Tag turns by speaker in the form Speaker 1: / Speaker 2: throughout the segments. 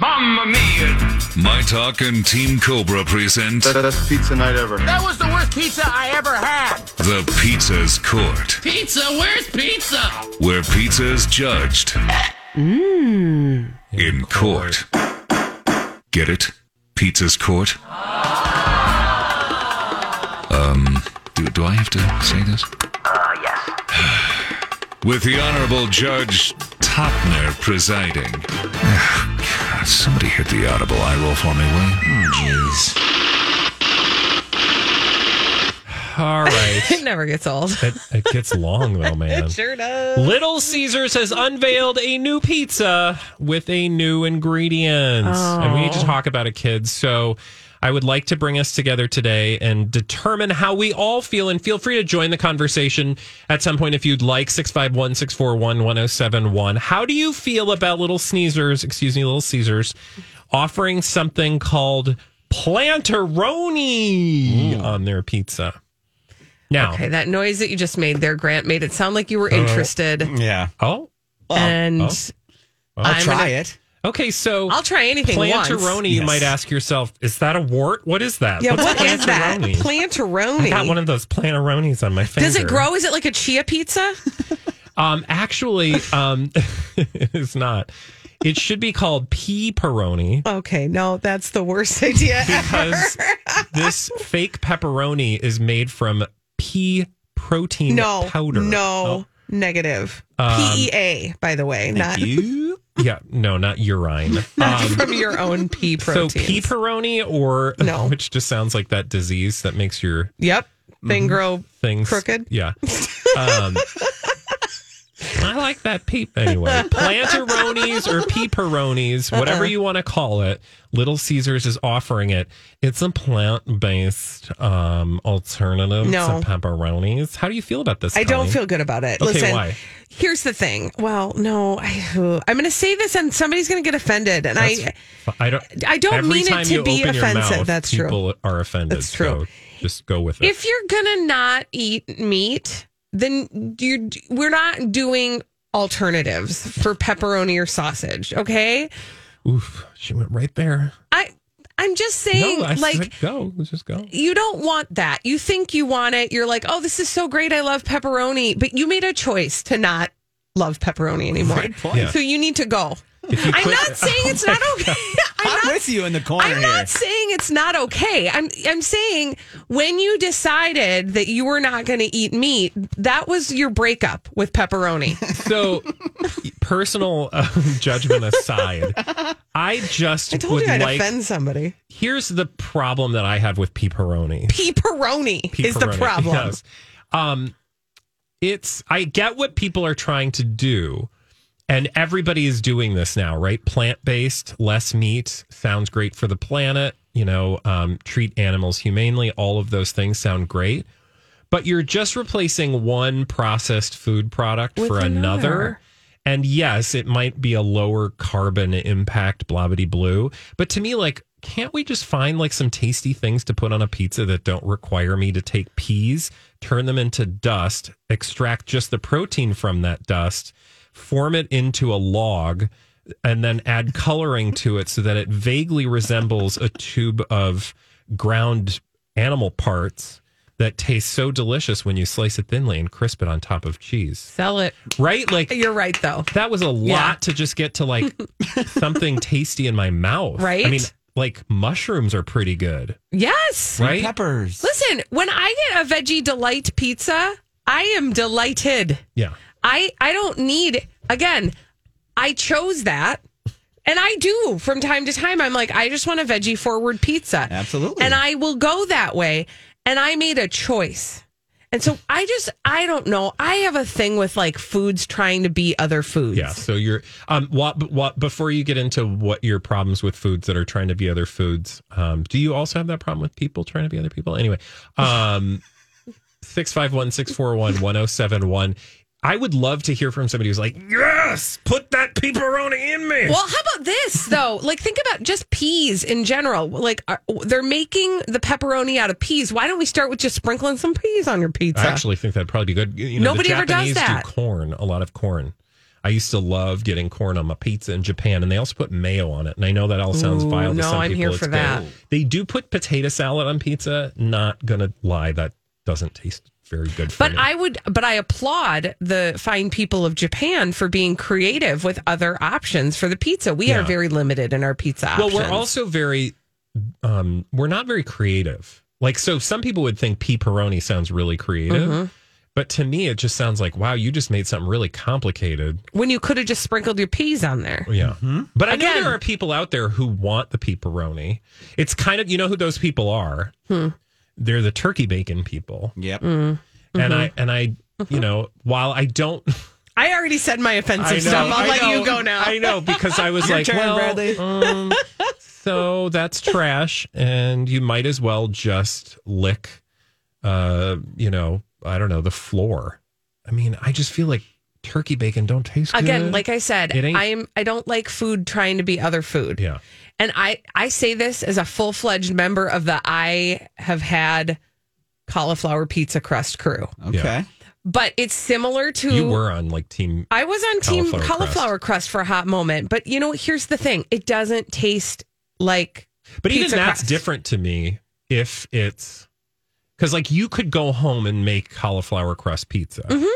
Speaker 1: Mamma mia!
Speaker 2: My Talk and Team Cobra present
Speaker 3: Best pizza night ever.
Speaker 1: That was the worst pizza I ever had!
Speaker 2: The Pizza's Court,
Speaker 1: Pizza? Where's pizza?
Speaker 2: where pizza's judged in court. Get it? Pizza's Court? Um, do, do I have to say this? Uh, yes. With the Honorable Judge Topner presiding. God, somebody hit the audible eye roll for me, will you? Jeez.
Speaker 4: All right.
Speaker 5: It never gets old.
Speaker 4: that, that gets long though, man.
Speaker 5: Sure does.
Speaker 4: Little Caesars has unveiled a new pizza with a new ingredient. And we need
Speaker 5: Oh.
Speaker 4: to talk about it, kids. So I would like to bring us together today and determine how we all feel. And feel free to join the conversation at some point if you'd like 651 641 1071. How do you feel about Little Sneezers, excuse me, Little Caesars, offering something called plantaroni on their pizza? Now,
Speaker 5: Okay, that noise that you just made there, Grant, made it sound like you were interested.
Speaker 6: Yeah.
Speaker 4: oh,
Speaker 5: and
Speaker 4: oh.
Speaker 6: I'll
Speaker 5: I'm
Speaker 6: try
Speaker 5: gonna-
Speaker 6: it.
Speaker 4: okay, so
Speaker 5: I'll try anything
Speaker 4: plantaroni.
Speaker 5: once.
Speaker 4: You
Speaker 6: Yes.
Speaker 4: might ask yourself, is that a wart? What is that?
Speaker 5: Yeah,
Speaker 4: What's
Speaker 5: what is that?
Speaker 4: plantaroni? I
Speaker 5: Plantaroni.
Speaker 4: got one of those plantaronis on my finger.
Speaker 5: Does it grow? Is it like a chia pizza?
Speaker 4: Um, actually, um, it's not. It should be called pea peroni
Speaker 5: okay, no, that's the worst idea
Speaker 4: because this fake pepperoni is made from pea protein
Speaker 5: No,
Speaker 4: powder.
Speaker 5: no, negative. PEA, by the way, not
Speaker 6: You?
Speaker 4: Oh, yeah, no, not urine. Um,
Speaker 5: from your own pea protein.
Speaker 4: So pea peroni, or
Speaker 5: No.
Speaker 4: which just sounds like that disease that makes your
Speaker 5: yep, thing grow
Speaker 4: things
Speaker 5: Crooked?
Speaker 4: Yeah. Um, I like that peep anyway. Plantaronis or peeperonis,
Speaker 5: Uh-uh.
Speaker 4: whatever you want to call it. Little Caesars is offering it. It's a plant-based um, alternative
Speaker 5: No.
Speaker 4: to pepperonis. How do you feel about this?
Speaker 5: I don't
Speaker 4: Colleen?
Speaker 5: feel good about it.
Speaker 4: Okay,
Speaker 5: Listen,
Speaker 4: why?
Speaker 5: here's the thing. Well, no, I, I'm going to say this, and somebody's going to get offended, and I.
Speaker 4: I don't.
Speaker 5: I don't
Speaker 4: every
Speaker 5: mean it
Speaker 4: time
Speaker 5: to
Speaker 4: you
Speaker 5: be
Speaker 4: open your
Speaker 5: offensive.
Speaker 4: mouth,
Speaker 5: That's true.
Speaker 4: people are offended.
Speaker 5: That's true.
Speaker 4: So just go with it.
Speaker 5: if you're gonna not eat meat, then you we're not doing alternatives for pepperoni or sausage. Okay,
Speaker 4: Oof, she went right there.
Speaker 5: I I'm just saying,
Speaker 4: no, I
Speaker 5: like.
Speaker 4: said go. Let's just go.
Speaker 5: you don't want that. You think you want it. You're like, oh, this is so great. I love pepperoni. But you made a choice to not love pepperoni anymore.
Speaker 4: Yeah.
Speaker 5: So you need to go.
Speaker 4: If you
Speaker 5: I'm
Speaker 4: quit-
Speaker 5: not saying it's not okay.
Speaker 6: I'm,
Speaker 5: not
Speaker 6: with you in the corner
Speaker 5: I'm
Speaker 6: here.
Speaker 5: not saying it's not okay. I'm I'm saying when you decided that you were not going to eat meat, that was your breakup with pepperoni.
Speaker 4: So, personal uh, judgment aside, I just would like.
Speaker 5: somebody.
Speaker 4: Here's the problem that I have with pepperoni.
Speaker 5: Pepperoni is the
Speaker 4: Pepperoni,
Speaker 5: problem.
Speaker 4: yes. Um, it's I get what people are trying to do, and everybody is doing this now, right? Plant based, less meat sounds great for the planet. You know, um, treat animals humanely. All of those things sound great. But you're just replacing one processed food product for another. And yes, it might be a lower carbon impact, blah bitty blue. But to me, like, can't we just find like some tasty things to put on a pizza that don't require me to take peas, turn them into dust, extract just the protein from that dust, form it into a log, and then add coloring to it so that it vaguely resembles a tube of ground animal parts that tastes so delicious when you slice it thinly and crisp it on top of cheese.
Speaker 5: Sell it.
Speaker 4: Right? Like
Speaker 5: You're right, though.
Speaker 4: that was a lot
Speaker 5: Yeah.
Speaker 4: to just get to like something tasty in my mouth.
Speaker 5: Right?
Speaker 4: I mean, like mushrooms are pretty good,
Speaker 5: Yes.
Speaker 4: right?
Speaker 3: Peppers.
Speaker 5: Listen, when I get a veggie delight pizza, I am delighted.
Speaker 4: Yeah.
Speaker 5: I I don't need again. I chose that, and I do from time to time. I'm like, I just want a veggie forward pizza,
Speaker 3: Absolutely.
Speaker 5: and I will go that way. And I made a choice, and so I just I don't know. I have a thing with like foods trying to be other foods.
Speaker 4: Yeah. So you're um what what before you get into what your problems with foods that are trying to be other foods, um, do you also have that problem with people trying to be other people? Anyway, um six five one six four one one oh seven one. I would love to hear from somebody who's like, Yes, put that pepperoni in me.
Speaker 5: Well, how about this though? Like, think about just peas in general. Like, are, they're making the pepperoni out of peas. Why don't we start with just sprinkling some peas on your pizza?
Speaker 4: I actually think that'd probably be good. You know,
Speaker 5: Nobody
Speaker 4: the
Speaker 5: ever does
Speaker 4: Japanese
Speaker 5: that.
Speaker 4: do corn, a lot of corn. I used to love getting corn on my pizza in Japan, and they also put mayo on it. And I know that all sounds
Speaker 5: Ooh,
Speaker 4: vile to
Speaker 5: no,
Speaker 4: some
Speaker 5: I'm
Speaker 4: people.
Speaker 5: here
Speaker 4: It's
Speaker 5: for
Speaker 4: good.
Speaker 5: that.
Speaker 4: They do put potato salad on pizza. Not gonna lie, that doesn't taste very good for
Speaker 5: But
Speaker 4: me.
Speaker 5: I would, but I applaud the fine people of Japan for being creative with other options for the pizza. We are
Speaker 4: Yeah.
Speaker 5: very limited in our pizza options.
Speaker 4: Well, we're also very, um, we're not very creative. Like, so some people would think pepperoni sounds really creative,
Speaker 5: Mm-hmm.
Speaker 4: but to me, it just sounds like, wow, you just made something really complicated.
Speaker 5: when you could have just sprinkled your peas on there.
Speaker 4: Yeah. But I know
Speaker 5: Mm-hmm. Again-
Speaker 4: there are people out there who want the pepperoni. It's kind of, you know who those people are?
Speaker 5: Hmm.
Speaker 4: They're the turkey bacon people.
Speaker 3: Yep.
Speaker 4: And I,
Speaker 5: Mm-hmm.
Speaker 4: and I, you know, while I don't,
Speaker 5: I already said my offensive
Speaker 4: I know,
Speaker 5: stuff. I'll
Speaker 4: I
Speaker 5: let
Speaker 4: know,
Speaker 5: you go now.
Speaker 4: I know because I was
Speaker 3: Your
Speaker 4: like,
Speaker 3: turn,
Speaker 4: well,
Speaker 3: Bradley.
Speaker 4: um, so that's trash, and you might as well just lick, uh, you know, I don't know, the floor. I mean, I just feel like turkey bacon don't taste
Speaker 5: Again,
Speaker 4: good.
Speaker 5: like I said,
Speaker 4: It ain't-
Speaker 5: I'm I don't like food trying to be other food.
Speaker 4: yeah,
Speaker 5: And I, I say this as a full fledged member of the I have had cauliflower pizza crust crew,
Speaker 3: Okay.
Speaker 5: but it's similar to.
Speaker 4: you were on like team.
Speaker 5: I was on team
Speaker 4: Cauliflower crust.
Speaker 5: cauliflower crust. for a hot moment, but you know, here's the thing it doesn't taste like.
Speaker 4: But even
Speaker 5: Pizza
Speaker 4: that's
Speaker 5: crust.
Speaker 4: different to me if it's because like you could go home and make cauliflower crust pizza.
Speaker 5: Mm-hmm.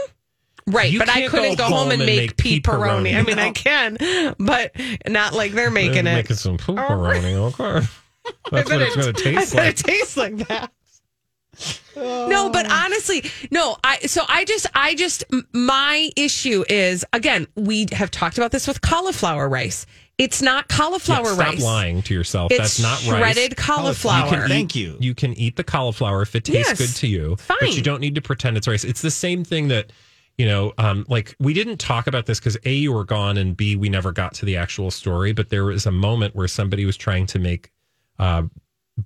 Speaker 5: Right,
Speaker 4: You
Speaker 5: but I
Speaker 4: can't
Speaker 5: couldn't
Speaker 4: go
Speaker 5: go, home
Speaker 4: home
Speaker 5: and,
Speaker 4: and
Speaker 5: make,
Speaker 4: make
Speaker 5: pepperoni.
Speaker 4: pepperoni.
Speaker 5: I mean, I can, but not like they're making it.
Speaker 4: Making some pepperoni, okay.
Speaker 5: I
Speaker 4: That's
Speaker 5: bet
Speaker 4: what it's
Speaker 5: it-
Speaker 4: going to
Speaker 5: I
Speaker 4: taste
Speaker 5: bet
Speaker 4: like.
Speaker 5: it tastes like that. No, but honestly, no. I so I just I just m- my issue is again we have talked about this with cauliflower rice. It's not cauliflower
Speaker 4: Yeah,
Speaker 5: rice.
Speaker 4: Stop lying to yourself.
Speaker 5: It's
Speaker 4: That's not
Speaker 5: shredded
Speaker 4: rice.
Speaker 5: cauliflower.
Speaker 3: You can eat- Thank
Speaker 4: You, can eat the cauliflower if it tastes
Speaker 5: Yes,
Speaker 4: good to you,
Speaker 5: fine.
Speaker 4: but you don't need to pretend it's rice. It's the same thing that you know. Um, like we didn't talk about this because a you were gone and b we never got to the actual story. But there was a moment where somebody was trying to make uh,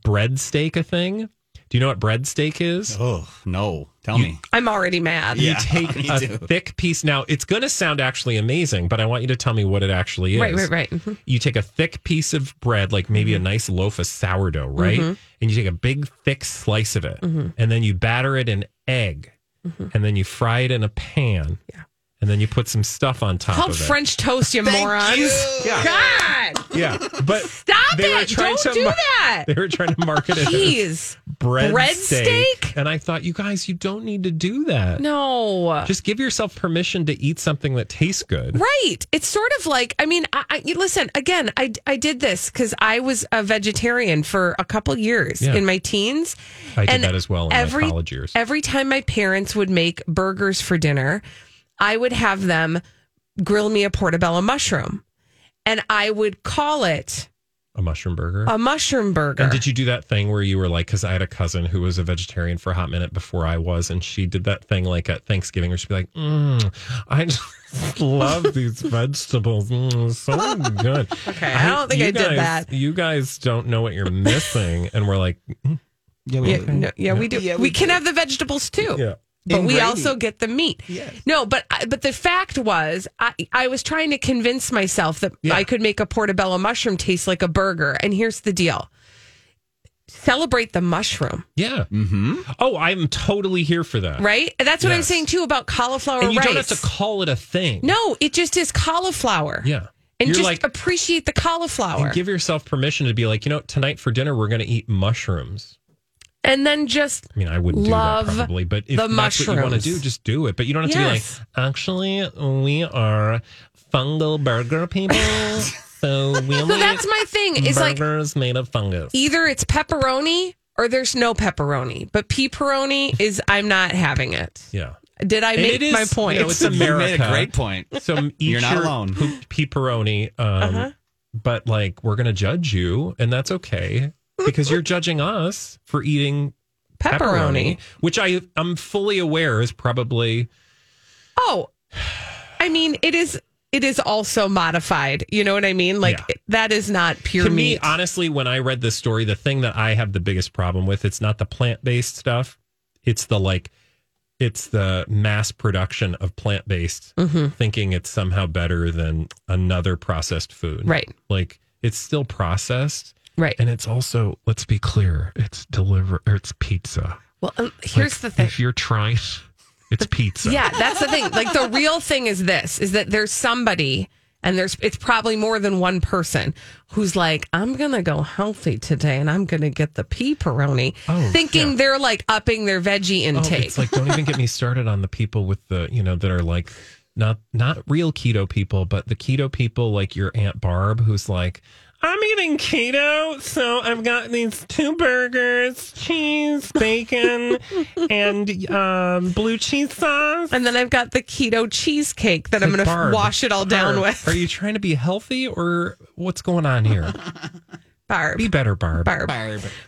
Speaker 4: bread steak a thing. Do you know what bread steak is?
Speaker 3: Oh no! Tell me.
Speaker 5: I'm already mad.
Speaker 3: Yeah.
Speaker 4: You take
Speaker 3: me
Speaker 4: a
Speaker 3: too.
Speaker 4: thick piece. Now it's going to sound actually amazing, but I want you to tell me what it actually is
Speaker 5: Right, right, right. Mhm.
Speaker 4: you take a thick piece of bread, like maybe
Speaker 5: Mm-hmm.
Speaker 4: a nice loaf of sourdough, right? And you take a big, thick slice of it,
Speaker 5: Mm-hmm.
Speaker 4: and then you batter it in egg, and then you fry it in a pan, yeah. and then you put some stuff on top
Speaker 5: Called
Speaker 4: of it.
Speaker 5: French toast, you morons. God,
Speaker 4: yeah, but
Speaker 5: stop
Speaker 4: They were
Speaker 5: it!
Speaker 4: trying
Speaker 5: Don't
Speaker 4: to
Speaker 5: do
Speaker 4: mar-
Speaker 5: that.
Speaker 4: they were trying to market it as
Speaker 5: Jeez,
Speaker 4: bread,
Speaker 5: Bread steak?
Speaker 4: and I thought, you guys, you don't need to do that.
Speaker 5: no.
Speaker 4: Just give yourself permission to eat something that tastes good.
Speaker 5: Right. It's sort of like, I mean, I, I you- listen, again, I, I did this because I was a vegetarian for a couple years
Speaker 4: Yeah.
Speaker 5: in my teens.
Speaker 4: I did
Speaker 5: And
Speaker 4: that as well in
Speaker 5: every-
Speaker 4: my college years.
Speaker 5: Every time my parents would make burgers for dinner, I would have them grill me a portobello mushroom and I would call it
Speaker 4: a mushroom burger.
Speaker 5: a mushroom burger.
Speaker 4: And did you do that thing where you were like, because I had a cousin who was a vegetarian for a hot minute before I was, and she did that thing like at Thanksgiving where she'd be like, mm, I just love these vegetables. Mm, so good.
Speaker 5: Okay, I don't think
Speaker 4: you
Speaker 5: I did
Speaker 4: guys-
Speaker 5: that.
Speaker 4: You guys don't know what you're missing. And we're like,
Speaker 3: Yeah,
Speaker 5: yeah, no, yeah, we do.
Speaker 3: Yeah,
Speaker 5: we
Speaker 3: we
Speaker 5: can have the vegetables too.
Speaker 4: yeah.
Speaker 5: but we
Speaker 3: Ingrati.
Speaker 5: also get the meat. No, but I- but the fact was, I I was trying to convince myself that
Speaker 4: Yeah.
Speaker 5: I could make a portobello mushroom taste like a burger. And here's the deal: celebrate the mushroom,
Speaker 4: Yeah. Oh, I'm totally here for that.
Speaker 5: right? And that's what I'm
Speaker 4: Yes.
Speaker 5: saying too about cauliflower
Speaker 4: And you
Speaker 5: rice.
Speaker 4: don't have to call it a thing.
Speaker 5: no, it just is cauliflower.
Speaker 4: Yeah.
Speaker 5: and
Speaker 4: You're
Speaker 5: just
Speaker 4: like-
Speaker 5: appreciate the cauliflower.
Speaker 4: And give yourself permission to be like, you know, tonight for dinner, we're going to eat mushrooms.
Speaker 5: and then just
Speaker 4: I mean, I wouldn't
Speaker 5: love
Speaker 4: do that probably, but if
Speaker 5: the
Speaker 4: that's what you want to
Speaker 5: mushrooms.
Speaker 4: do, just do it. But you don't have
Speaker 5: Yes.
Speaker 4: to be like, actually, we are fungal burger people, so we only
Speaker 5: so that's my thing.
Speaker 4: eat
Speaker 5: Is like
Speaker 4: burgers made of fungus.
Speaker 5: either it's pepperoni or there's no pepperoni. But pepperoni is I'm not having it.
Speaker 4: Yeah.
Speaker 5: Did I
Speaker 4: And
Speaker 5: make
Speaker 4: it is-
Speaker 5: my point?
Speaker 4: you know, it's
Speaker 3: You made
Speaker 4: America.
Speaker 3: a great point.
Speaker 4: So eat
Speaker 3: You're not
Speaker 4: your
Speaker 3: alone.
Speaker 4: Pooped pepperoni. Um,
Speaker 5: Uh-huh.
Speaker 4: But like, we're going to judge you, and that's okay because you're judging us for eating pepperoni,
Speaker 5: pepperoni.
Speaker 4: which I I'm fully aware is probably
Speaker 5: Oh, I mean it is. It is also modified. You know what I mean? Like
Speaker 4: Yeah.
Speaker 5: that is not pure
Speaker 4: to
Speaker 5: meat.
Speaker 4: me honestly when I read this story, the thing that I have the biggest problem with it's not the plant based stuff, it's the like. It's the mass production of plant based,
Speaker 5: Mm-hmm.
Speaker 4: thinking it's somehow better than another processed food.
Speaker 5: Right.
Speaker 4: Like it's still processed,
Speaker 5: right.
Speaker 4: And it's also, let's be clear, it's deliver or it's pizza.
Speaker 5: Well, um, here's the
Speaker 4: Like,
Speaker 5: thing.
Speaker 4: If you're trite, it's pizza.
Speaker 5: Yeah, that's the thing. Like the real thing is this: is that there's somebody, and there's it's probably more than one person who's like, I'm gonna go healthy today, and I'm gonna get the pepperoni,
Speaker 4: Oh,
Speaker 5: thinking
Speaker 4: yeah.
Speaker 5: they're like upping their veggie
Speaker 4: Oh,
Speaker 5: intake.
Speaker 4: it's like don't even get me started on the people with the, you know, that are like not not real keto people, but the keto people like your Aunt Barb who's like I'm eating keto, so I've got these two burgers, cheese, bacon, and um, blue cheese sauce.
Speaker 5: and then I've got the keto cheesecake that I'm
Speaker 4: Like,
Speaker 5: gonna
Speaker 4: Barb,
Speaker 5: wash it all down
Speaker 4: Barb,
Speaker 5: with.
Speaker 4: Are you trying to be healthy or what's going on here?
Speaker 5: Barb.
Speaker 4: Be better, Barb.
Speaker 5: Barb.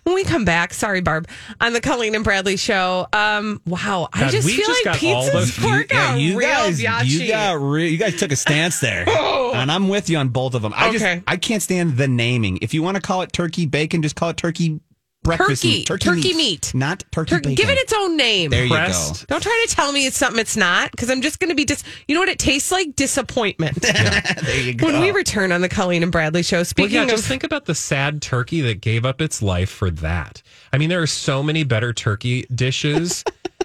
Speaker 5: When we come back, sorry, Barb, on the Colleen and Bradley show. Um, wow, I
Speaker 4: God,
Speaker 5: just
Speaker 4: we
Speaker 5: feel
Speaker 4: just
Speaker 5: like
Speaker 4: got all
Speaker 5: pizza's
Speaker 4: of- you-
Speaker 5: pork
Speaker 3: yeah,
Speaker 5: out
Speaker 3: you
Speaker 5: real
Speaker 3: guys, you
Speaker 5: biatchy.
Speaker 3: got re- you guys took a stance there, and I'm with you on both of them. I
Speaker 5: Oh. Okay.
Speaker 3: just I can't stand the naming. If you want to call it turkey bacon, just call it turkey breakfast,
Speaker 5: Turkey.
Speaker 3: meat.
Speaker 5: Turkey meat.
Speaker 3: not turkey
Speaker 5: Tur-
Speaker 3: bacon.
Speaker 5: give it its own name.
Speaker 3: there you go.
Speaker 4: Pressed.
Speaker 5: Don't try to tell me it's something it's not because I'm just going to be dis. You know what it tastes like? Disappointment.
Speaker 3: There you go.
Speaker 5: when we return on the Colleen and Bradley show,
Speaker 4: Well,
Speaker 5: speaking
Speaker 4: yeah,
Speaker 5: of
Speaker 4: just think about the sad turkey that gave up its life for that. I mean, there are so many better turkey dishes.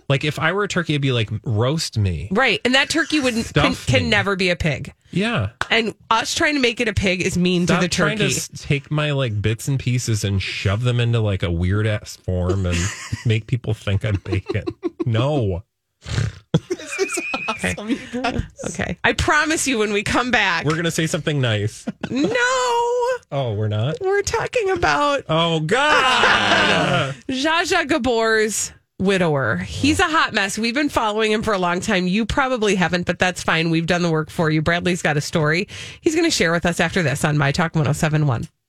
Speaker 4: like, if I were a turkey, it'd be like, roast me.
Speaker 5: right, and that turkey would can,
Speaker 4: Stuff
Speaker 5: can
Speaker 4: me.
Speaker 5: never be a pig.
Speaker 4: Yeah.
Speaker 5: And us trying to make it a pig is mean
Speaker 4: Stop
Speaker 5: to the
Speaker 4: trying to
Speaker 5: turkey.
Speaker 4: s- take my like bits and pieces and shove them into like a weird ass form and make people think I'm bacon. No.
Speaker 5: okay, I promise you, when we come back,
Speaker 4: We're going to say something nice.
Speaker 5: no,
Speaker 4: Oh, we're not?
Speaker 5: we're talking about
Speaker 4: Oh, God.
Speaker 5: Zsa Zsa Gabor's widower. He's a hot mess. We've been following him for a long time. You probably haven't, but that's fine. We've done the work for you. Bradley's got a story he's going to share with us after this on My Talk 1071.